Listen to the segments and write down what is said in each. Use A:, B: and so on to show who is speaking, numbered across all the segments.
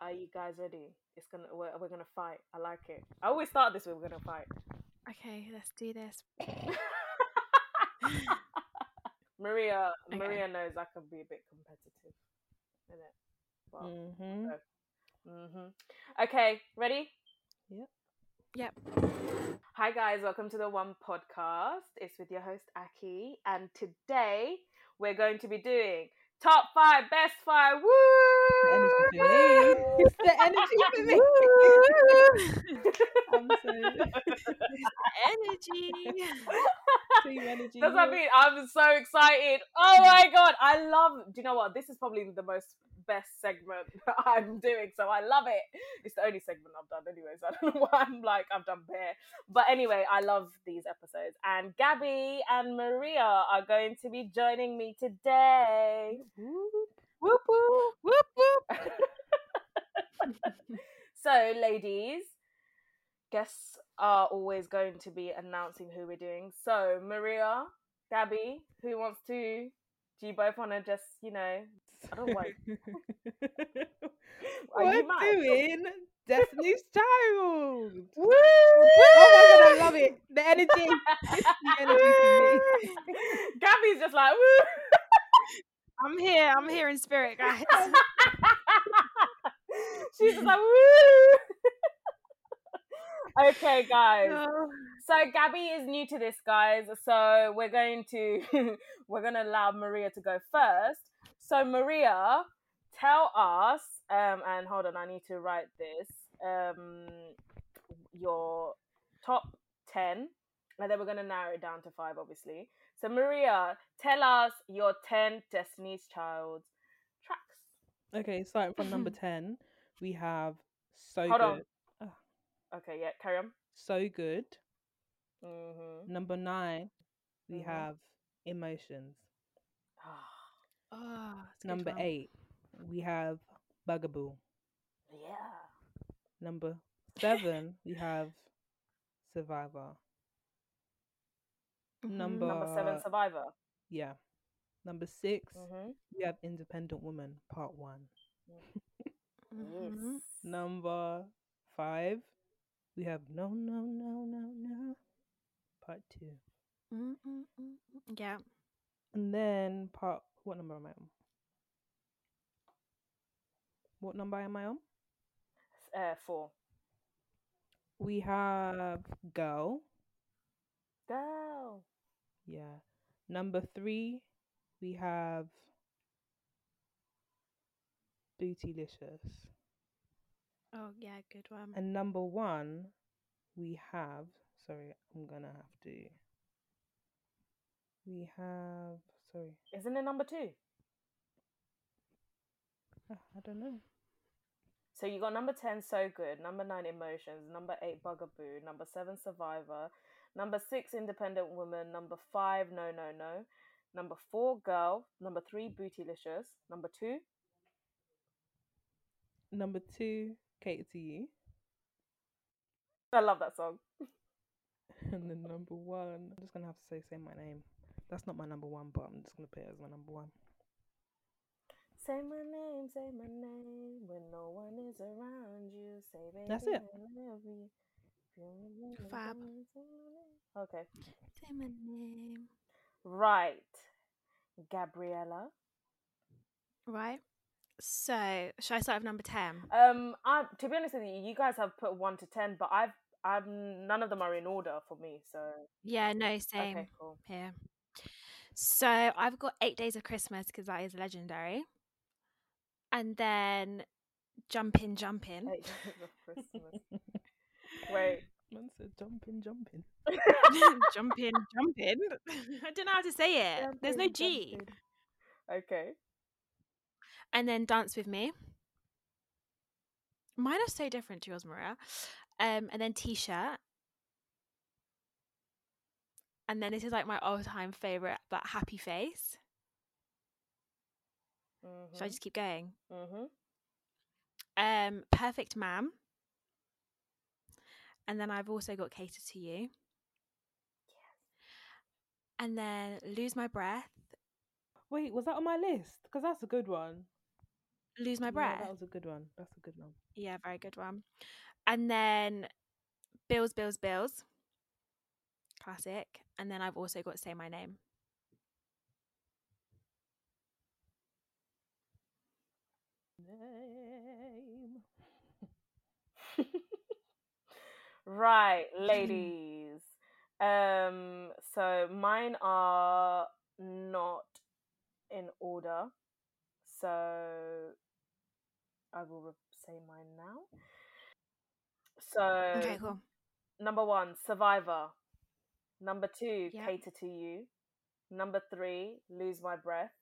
A: are you guys ready? It's gonna we're, we're gonna fight. I like it. I always start this way. We're gonna fight.
B: Okay, let's do this.
A: Maria
B: Okay.
A: Maria knows I can be a bit competitive, innit? Well,
C: Mm-hmm.
A: hmm Okay, ready?
B: Mm. Yep.
A: Hi guys, welcome to the One Podcast. It's with your host Aki, and today we're going to be doing top five best five. Woo!
C: Energy for me. It's the energy for me. I'm so
B: Energy.
C: team energy.
A: That's what I mean. I'm so excited. Oh my god, I love. Do you know what? This is probably the most best segment that I'm doing, so I love it. It's the only segment I've done, anyway. So I don't know why I'm like I've done bare. But anyway, I love these episodes, and Gabby and Maria are going to be joining me today. Whoop whoop whoop whoop. so, ladies, guests are always going to be announcing who we're doing. So, Maria, Gabby, who wants to? Do you both want to just, you know, I don't want. Are
C: We're
A: you mad?
C: doing Destiny's Child.
A: Woo!
C: Oh my god, I love it. The energy. It's the energy for me.
A: Gabby's just like, woo!
B: I'm here. I'm here in spirit, guys.
A: She's just like, woo! okay, guys.
B: Oh,
A: So Gabby is new to this, guys. So we're going to we're going to allow Maria to go first. So Maria, tell us. Um, and hold on, I need to write this. Um, your top ten, and then we're going to narrow it down to five, obviously. So Maria, tell us your ten Destiny's Child tracks.
C: Okay, starting from number 10, we have So
A: Hold
C: Good.
A: on. Okay, yeah, carry on.
C: So Good.
A: Mm-hmm.
C: Number 9, we
A: Mhm.
C: have Emotions.
B: oh, it's a good
C: Number
B: one.
C: 8, we have Bugaboo.
A: yeah.
C: Number 7, we have Survivor.
B: Mhm.
C: number-
A: Number seven,
C: Uh,
A: Survivor.
C: Yeah. Number 6,
A: Mm-hmm.
C: we have Independent Woman, Part 1.
B: Mhm.
A: Yes.
C: Number five, we have no, no, no, no, no, part two,
B: Mm, mm, mm, mm. Yeah.
C: and then part. What number am I on? What number am I on?
A: Uh, four.
C: We have girl.
A: Girl.
C: Yeah. Number three, we have bootylicious,
B: Oh, yeah. Good one.
C: and number one, we have. Sorry, I'm gonna have to. We have. Sorry.
A: Isn't it number two?
C: Uh, I don't know.
A: So you got number 10, So Good, number 9, Emotions, number 8, Bugaboo, number 7, Survivor, number 6, Independent Woman, number 5, No No No, number 4, Girl, number 3, Bootylicious, number 2,
C: Number two, cater to you.
A: I love that song.
C: And then number one, I'm just gonna have to say say my name. That's not my number one, but I'm just gonna put it as my number one.
A: Say my name, say my name, when no one is around you, say baby,
C: That's it.
A: I love you.
B: Fab.
A: Okay.
B: Say my name.
A: Right. Gabriella.
B: Right. So, should I start with number 10?
A: Um, I to be honest with you, you guys have put one to ten, but I've I'm none of them are in order for me. So
B: Yeah, no, same
A: okay, cool.
B: here. So, I've got Eight Days of Christmas because that is legendary. And then Jumpin' Jumpin'.
A: Eight days of Christmas. Wait,
C: Man said jumping, jumping.
B: jumpin', jumpin'. I don't know how to say it. There's no
A: Jumpin',
B: G.
A: jumpin'. okay.
B: and then dance with me. Mine are so different to yours, Maria. Um, and then t-shirt, and then this is like my all-time favorite, that happy face. Should I
A: Mm-hmm.
B: just keep going?
A: mm-hmm.
B: Um, perfect, ma'am. And then I've also got cater to you. And then lose my breath.
C: Wait, was that on my list? Because that's a good one.
B: lose my
C: Yeah,
B: breath.
C: that was a good one. That's a good one.
B: Yeah, very good one. And then Bills, Bills, Bills. Classic. And then I've also got Say My Name.
C: Name.
A: Right,
B: Mm.
A: ladies. Um, so mine are not in order. So I will re- say mine now. So
C: Oh.
B: Okay, cool.
A: number one, Survivor. Number two,
B: Yeah.
A: Cater to You. Number three, Lose My Breath.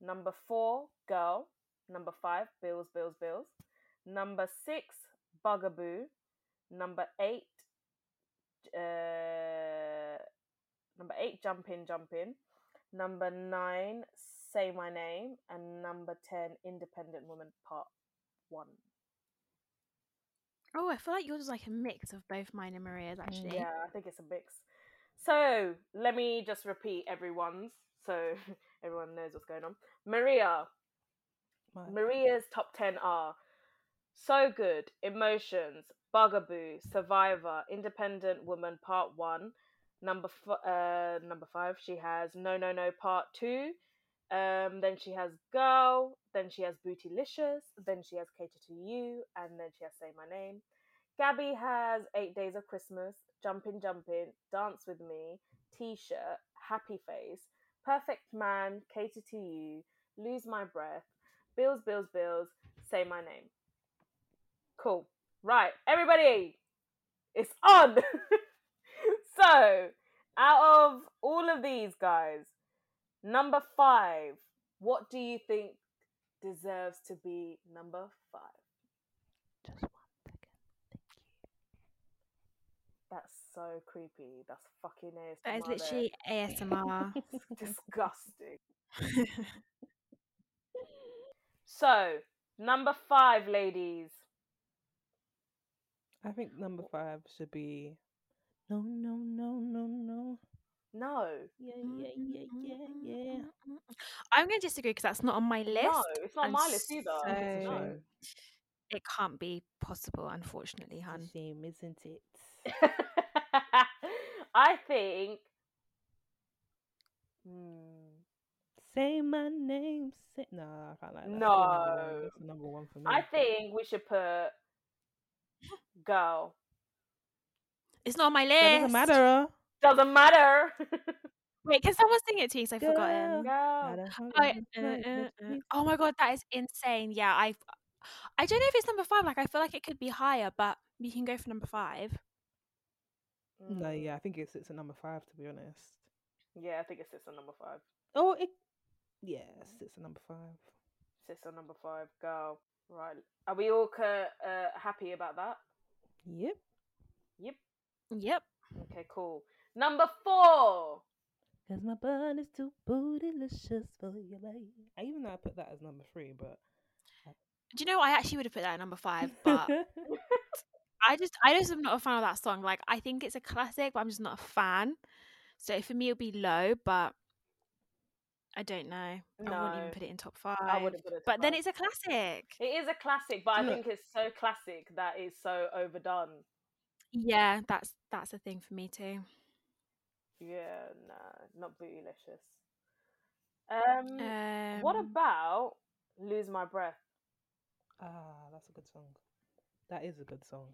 A: Number four, Girl. Number five, Bills, Bills, Bills. Number six, Bugaboo. Number eight, uh, number eight, Jump In, Jump In. Number nine, Say My Name. And number ten, Independent Woman Part One.
B: Oh, I feel like yours is like a mix of both mine and
C: Mm,
B: Maria's actually.
A: Yeah, I think it's a mix. So let me just repeat everyone's so everyone knows what's going on. Maria,
C: My-
A: Maria's top 10 are So Good, Emotions, Bugaboo, Survivor, Independent Woman Part 1. Number f- uh, number 5 she has No No No Part 2. Um then she has Girl, then she has Bootylicious, then she has Cater to You and then she has Say My Name. Gabby has 8 Days of Christmas, Jumpin' Jumpin', Dance with Me, T-shirt, Happy Face, Perfect Man, Cater to You, Lose My Breath, Bills, Bills, Bills, say my name. Cool. Right, everybody, it's on. so, out of all of these guys, number five, what do you think deserves to be number five?
C: Just one second. Thank you.
A: That's so creepy. That's fucking ASMR.
B: That is
A: there.
B: literally ASMR.
A: disgusting. So, number five, ladies.
C: I think number five should be. No, no, no, no, no.
A: No,
C: Yeah, yeah, yeah, yeah, yeah.
B: I'm going to disagree because that's not on my list.
A: no, it's not
B: and
A: my list either.
C: It's a
B: so-
A: No.
C: shame.
B: It can't be possible, unfortunately,
C: It's
B: hun.
C: a shame, isn't it?
A: I think. Mm,
C: Say my name. Say... No, I can't like that. That's still
A: No.
C: number one. That's the number one for me.
A: I think we should put girl.
B: It's not on my list.
C: That doesn't matter. uh.
A: Doesn't matter.
B: Wait, can someone sing it to me? 'Cause I've
C: Girl.
A: girl.
B: forgotten.
C: Gotta hug
B: Oh,
C: and
B: uh,
C: hug and
B: uh, uh.
C: squeeze.
B: oh my god, that is insane. Yeah, I I don't know if it's number five. Like I feel like it could be higher, but we can go for number five.
C: No,
A: Mm,
C: yeah, I think it's it's at number five to be honest.
A: Yeah, I think it's sits on number five.
C: Oh, it. Yes, it's at number five.
A: Sits on number five, girl. Right. Are we all ca- uh, happy about that?
C: Yep.
A: Yep.
B: Yep.
A: Okay, cool. Number four.
C: Cause my bun is too bootylicious for your lady. I even though I put that as number three, but
B: Do you know what? I actually would have put that at number five, but I just I just am not a fan of that song. Like I think it's a classic, but I'm just not a fan. So for me, it'll be low, but I don't know. I wouldn't
A: No.
B: even put it in top five.
A: I wouldn't put it.
B: But then
A: above.
B: it's a classic.
A: It is a classic, but I
C: Look.
A: think it's so classic that it's so overdone.
B: Yeah, that's that's a thing for me too.
A: Yeah, nah, not bootylicious. Um,
B: Um,
A: what about lose my breath?
C: ah, that's a good song. That is a good song.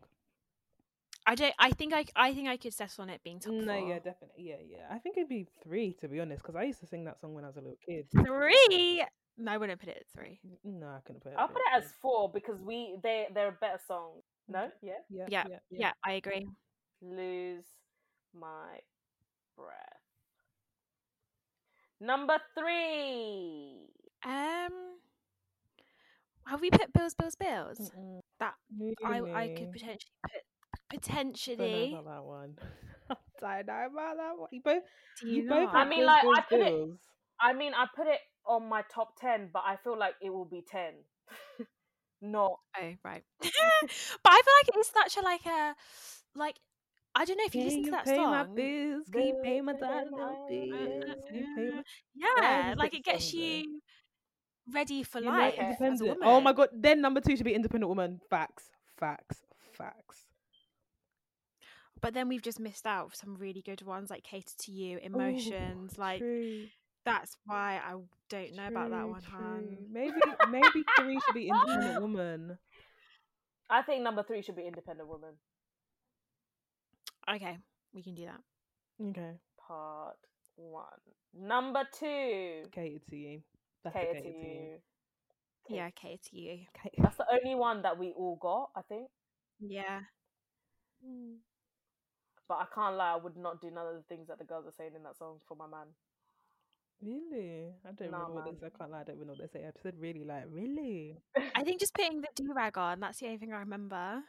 B: I don't. I think I. I think I could settle on it being top
C: No, yeah,
B: four.
C: definitely, yeah, yeah. I think it'd be three to be honest, because I used to sing that song when I was a little kid.
B: Three. No, I wouldn't put it at three.
C: N- No, I couldn't put it.
A: I'll
C: at
A: put
C: three.
A: it as four because we they they're a better song. No, yeah,
C: Yeah,
B: Yeah,
C: yeah,
B: Yeah, I agree.
A: lose my breath. Number three.
B: Um, have we put bills, bills, bills?
C: Mm-mm.
B: That I I
C: Really?
B: could potentially put
C: Don't know
B: potentially.
C: about that one. I don't know about that one. You both,
B: Do
C: you
B: you
C: both.
B: know?
A: I
C: have
A: mean,
C: bills,
A: like,
C: bills,
A: I put it-
C: bills.
A: I mean, I put it on my top ten, but I feel like it will be ten. not
B: oh right. but I feel like it's such a like a like I don't know if you
C: Can
B: listen
C: you
B: to that
C: pay
B: song.
C: my bills? Can you pay my
A: Bills, pay
C: dollar
A: my
C: bills? Can you pay my...
B: Yeah,
C: does
B: like
C: it
B: it gets
C: sound though?
B: you. ready for
C: You know,
B: life. as a
C: independent. Oh my
B: woman.
C: god. Then number two should be independent woman. Facts. Facts. Facts.
B: But then we've just missed out for some really good ones like Cater to You, Emotions. like
C: Oh, True,
B: that's why I don't know about that
C: true,
B: one,
C: true.
B: hun.
C: Maybe maybe three should be independent woman.
A: I think number three should be independent woman.
B: Okay, we can do that.
C: Okay.
A: Part one. Number two.
C: Catered to you. That's
A: Cater
C: a
A: to
C: catered to you.
A: you. Okay.
B: Yeah, Cater to You.
C: Catered.
A: That's the only one that we all got, I think.
B: Yeah.
A: But I can't lie, I would not do none of the things that the girls are saying in that song for my man.
C: Really? I don't
A: Nah,
C: remember what they
A: man.
C: say. I can't lie, I don't even know what they say. I said really like really.
B: I think just putting the do rag on, that's the only thing I remember.
C: I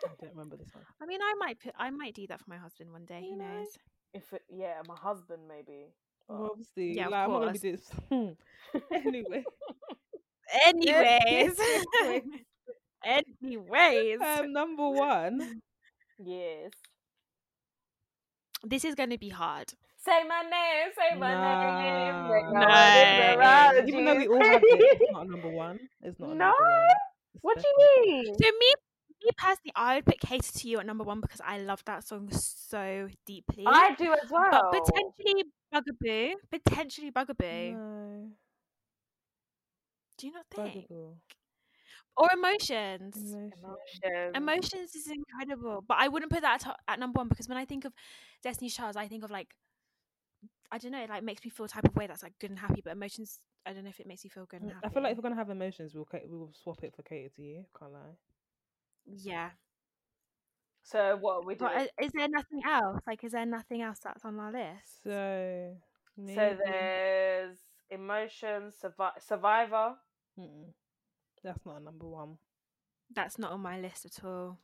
C: don't remember this one.
B: I mean I might put I might do that for my husband one day,
C: You
B: who
C: know?
B: knows?
A: If it, yeah, my husband maybe. but-
C: Well, obviously,
B: Yeah, of
C: like, I'm not gonna be this. anyway,
B: Anyways. Anyways.
C: um, number one.
A: yes.
B: this is gonna be hard.
A: Say my name, say my name. make
B: Nah.
A: my name
B: Nah.
A: around
C: Even though we
A: you.
C: all have it, it's not a number one. It's not. a number
A: No.
C: one. It's
A: What do
C: definitely-
A: you mean?
B: So me me personally, I would put Cater to You at number one because I love that song so deeply.
A: I do as well.
B: But potentially Bugaboo. Potentially Bugaboo.
C: No,
B: Do you not think?
C: Bugaboo.
B: Or Emotions.
C: Emotion.
A: Emotions.
B: Emotions is incredible, but I wouldn't put that at, to- at number one because when I think of Destiny's Child, I think of like I don't know, it like makes me feel a type of way that's like good and happy. But emotions, I don't know if it makes you feel good and happy.
C: Mm, I feel like if we're gonna have emotions, we'll ca- we'll swap it for cater to you. Can't lie.
B: yeah.
A: So what are we
B: But
A: doing?
B: i- is there nothing else? Like, is there nothing else that's on our list?
C: So. Maybe.
A: So there's emotions, survi- survivor.
C: Mm-mm. That's not a number one.
B: that's not on my list at all.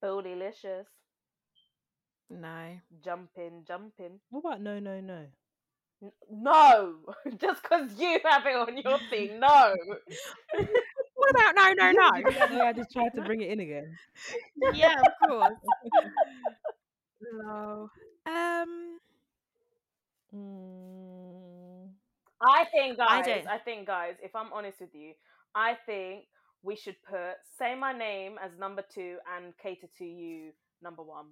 A: Bill Delicious.
B: No.
A: Jumping, jumping.
C: What about no, no, no?
A: N- No, just because you have it on your thing. No,
B: What about no, no,
C: Did you
B: no?
C: see the way I just tried to bring it in again.
B: yeah, of course. no. Um.
C: Mm.
A: I think,
B: I
A: guys,
B: don't.
A: I, think, guys, if I'm honest with you, I think we should put Say My Name as number two and Cater to You number one.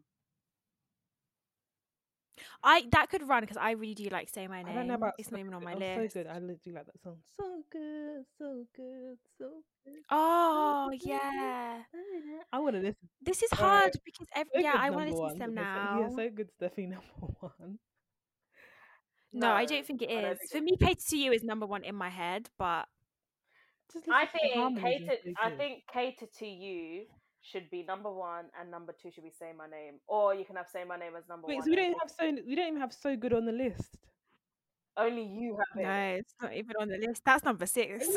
B: I that could run because I really do like say my name.
C: I don't know about
B: it's
C: So
B: not even on my
C: Good. Oh,
B: list.
C: So good. I literally like that song. So good, so good, so good.
B: Oh
C: good.
B: yeah,
C: I want to listen.
B: this is
C: Alright.
B: hard because every,
C: So
B: yeah,
C: Good's
B: I want to
C: number
B: listen to
C: one,
B: them
C: but
B: now.
C: So, yeah, so good's definitely number one.
B: no, I don't think it
A: I don't
B: is.
A: think
B: For
A: it-
B: me, Cater to You is number one in my head, but
C: Just
A: I
C: listen to the
A: think
C: harmonies, it's
A: Cater,
C: so
A: I
C: good.
A: think Cater to You should be number one, and number two should be Say My Name, or you can have Say My Name as number
C: Wait,
A: one.
C: so we
A: and
C: don't
A: Cater-
C: have so we don't even have so good on the list.
A: only you
C: Oh,
A: have it.
B: no, it's not even on the list. That's number six.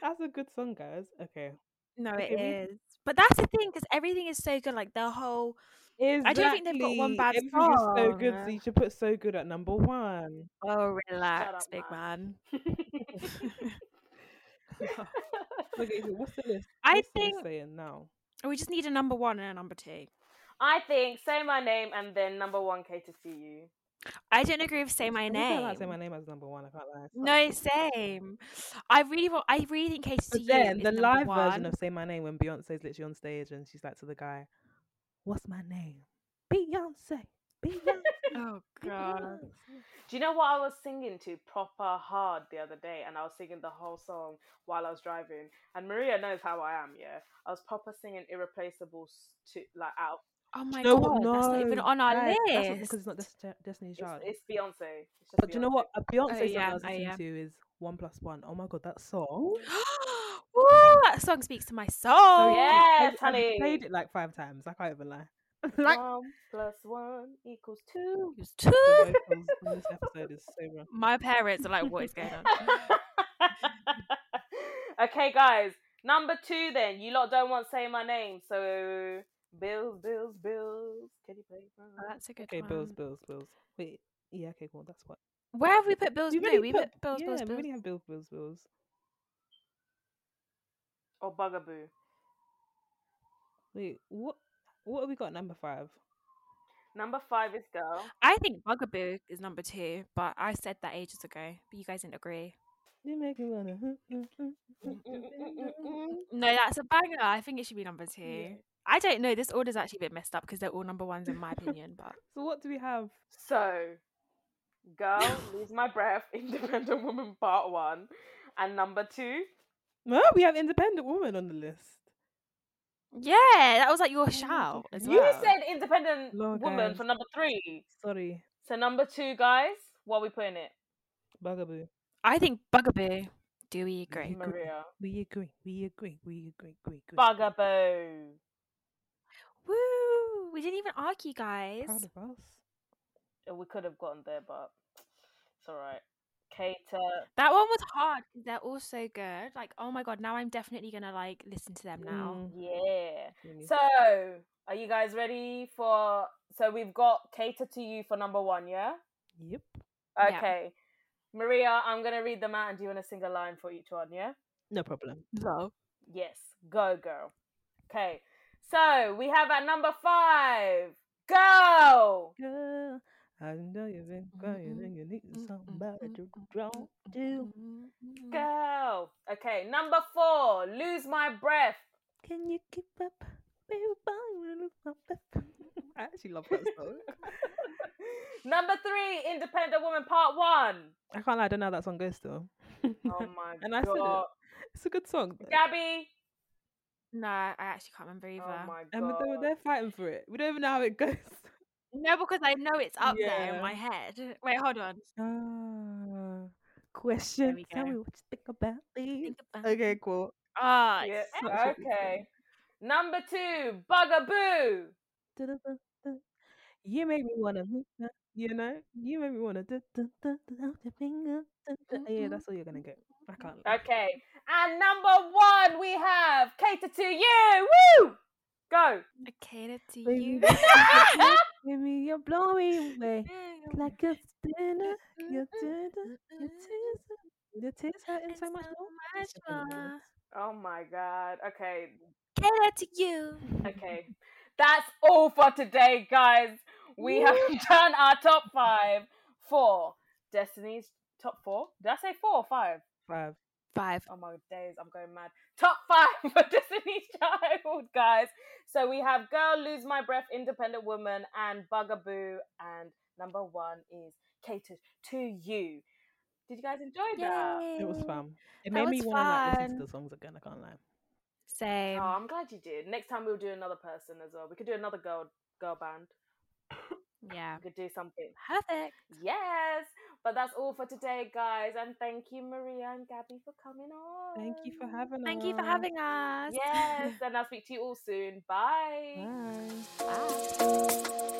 C: That's a good song, guys. Okay.
B: no,
C: Okay,
B: it
C: we-
B: is. But that's the thing because everything is so good. Like the whole,
C: Exactly.
B: I don't think they've got one bad
C: Everything is so good,
B: song.
C: so you should put so good at number one.
B: oh, relax,
A: up,
B: big man.
C: Okay, so what's the list?
B: I
C: what's the
B: think
C: list saying now?
B: we just need a number one and a number two.
A: I think say my name and then number one cater to you.
B: I don't agree with say my
C: I wish I like say
B: name.
C: my name as number one. I can't lie. it's not-
B: No, same. I really want. I really think Katie to
C: But
B: you
C: then
B: is
C: the
B: number
C: live
B: one.
C: version of Say My Name when Beyonce's literally on stage and she's like to the guy, What's my name? Beyonce. Beyonce.
B: oh god.
C: Beyonce.
A: Do you know what I was singing to proper hard the other day? And I was singing the whole song while I was driving. And Maria knows how I am, yeah. I was proper singing irreplaceable s- to like out.
B: Oh my
C: No,
B: god. That's not even
C: no,
B: on our
C: guys, that's not-
B: list.
C: because it's not Desti- Destiny's
A: It's,
C: Child.
A: it's Beyonce. It's just
C: but do you know
A: Beyonce.
C: what? A Beyonce song
B: yeah,
C: I was
B: oh,
C: listening
B: yeah.
C: to is One Plus One. Oh my god, that song.
B: Woo, that song speaks to my
C: So
B: soul.
C: good.
A: yeah. Yes,
C: I've, I've
A: honey.
C: played it like five times. I can't even lie.
B: Like
A: One plus one equals two.
B: It's two.
C: The vocals on this episode is so wrong.
B: My parents are like, what is going on?
A: okay, guys. Number two, then. You lot don't want say my name, so bills, bills, bills. Can you play?
B: Oh,
C: Uh
B: that's a good
C: Okay,
B: one.
C: Bills, Bills, Bills. Wait, yeah, okay, cool. That's what.
B: Where have we put Bills?
C: We
B: no,
C: already
B: we put, Bills,
C: yeah,
B: Bills,
C: we
B: Bills.
C: already have Bills, Bills, Bills.
A: Or bugaboo.
C: Wait, what? What have we got at number five?
A: Number five is Girl.
B: I think Bugaboo is number two, but I said that ages ago. But you guys didn't agree.
C: You make me wanna.
B: No, that's a banger. I think it should be number two.
C: Yeah.
B: I don't know. This order's actually a bit messed up because they're all number ones in my opinion. But
C: So what do we have?
A: So, Girl, Lose My Breath, Independent Woman Part 1. And number two,
C: No, we have independent woman on the list.
B: yeah, that was like your
C: that's
B: shout
C: okay.
B: as
A: you
B: well.
A: said Independent
C: Lord,
A: Woman
C: guys.
A: for number three.
C: Sorry,
A: So, number two, guys, what are we putting it?
C: bugaboo.
B: I think Bugaboo. Do we agree?
C: Agree.
A: Maria.
C: We agree. We agree. We agree. We agree.
A: Bugaboo.
B: Woo! We didn't even argue, guys.
C: Proud of us.
A: Uh, We could have gotten there, but it's all right. Cater.
B: That one
C: Uh,
B: was hard. 'cause They're all so good. Like, oh my god, now I'm definitely gonna like listen to them now.
C: Mm,
A: Yeah.
C: really.
A: So, are you guys ready for? So we've got cater to you for number one, yeah.
C: yep.
B: Yeah.
A: Okay, Maria, I'm gonna read them out, and do you want to sing a line for each one, yeah?
C: No problem.
B: No.
A: Yes, go girl. Okay, so we have at number five, go.
C: Girl, I know you've been crying
B: mm,
C: and you need
B: mm,
C: somebody
B: mm,
C: to
B: mm,
C: draw to.
B: mm-hmm.
C: Mm-hmm.
A: Go. Okay, number four, lose my breath.
C: Can you keep up? Baby, boy, you lose my breath. I actually love that song.
A: number three, independent woman, part one.
C: I can't lie, I don't know how that song goes still.
A: Oh my
C: And I said it.
A: god,
C: it's a good song. though.
A: Gabby.
B: No, I actually can't remember either.
A: Oh my
C: And but they were
A: god.
C: there fighting for it. We don't even know how it goes.
B: No, because I know it's up there
C: Yeah.
B: in my head. Wait, hold on.
C: Ah, question.
B: we
C: Tell
B: go.
C: me what you think about it.
B: Think about it.
C: Okay, cool.
B: Ah,
A: Yeah,
B: it's
C: such a good
A: okay. Number two, Bugaboo.
C: Du-du-du-du. You make me wanna, mm, uh, you know, you make me wanna. du-du-du-du, your finger, du-du. Yeah,
B: Mm-mm.
C: that's all you're gonna get. I can't. lie.
A: Okay. And number one, we have Cater to You. Woo! Go.
B: so catered to
C: Baby,
B: you.
C: baby, Baby, you're blowing away like a spinner. Your tears, your tears, your tears hurting
B: And
C: so much Oh,
B: so
C: more.
B: much
C: It's okay, no worries.
A: Oh my God. Okay.
B: Catered to you.
A: Okay. That's all for today, guys. We have done our top five for Destiny's top four. Did I say four or five?
C: Five.
B: Five.
A: Oh my days, I'm going mad. Top five for Destiny's Child, guys. So we have Girl, Lose My Breath, Independent Woman, and Bugaboo. And number one is Catered to You. Did you guys enjoy that?
C: oh It was
B: Yay.
C: fun. It
B: That
C: made me
B: was
C: want to like listen
B: fun.
C: to the songs again. I can't lie.
B: Same.
A: Oh, I'm glad you did. Next time we'll do another person as well. We could do another girl girl band.
B: Yeah.
A: We could do something.
B: Perfect.
A: Yes. But that's all for today, guys. And thank you, Maria and Gabby, for coming on.
C: Thank you for having
B: Thank
C: us.
B: you for having us.
A: Yes, and I'll speak to you all soon. Bye.
C: Bye.
B: Bye.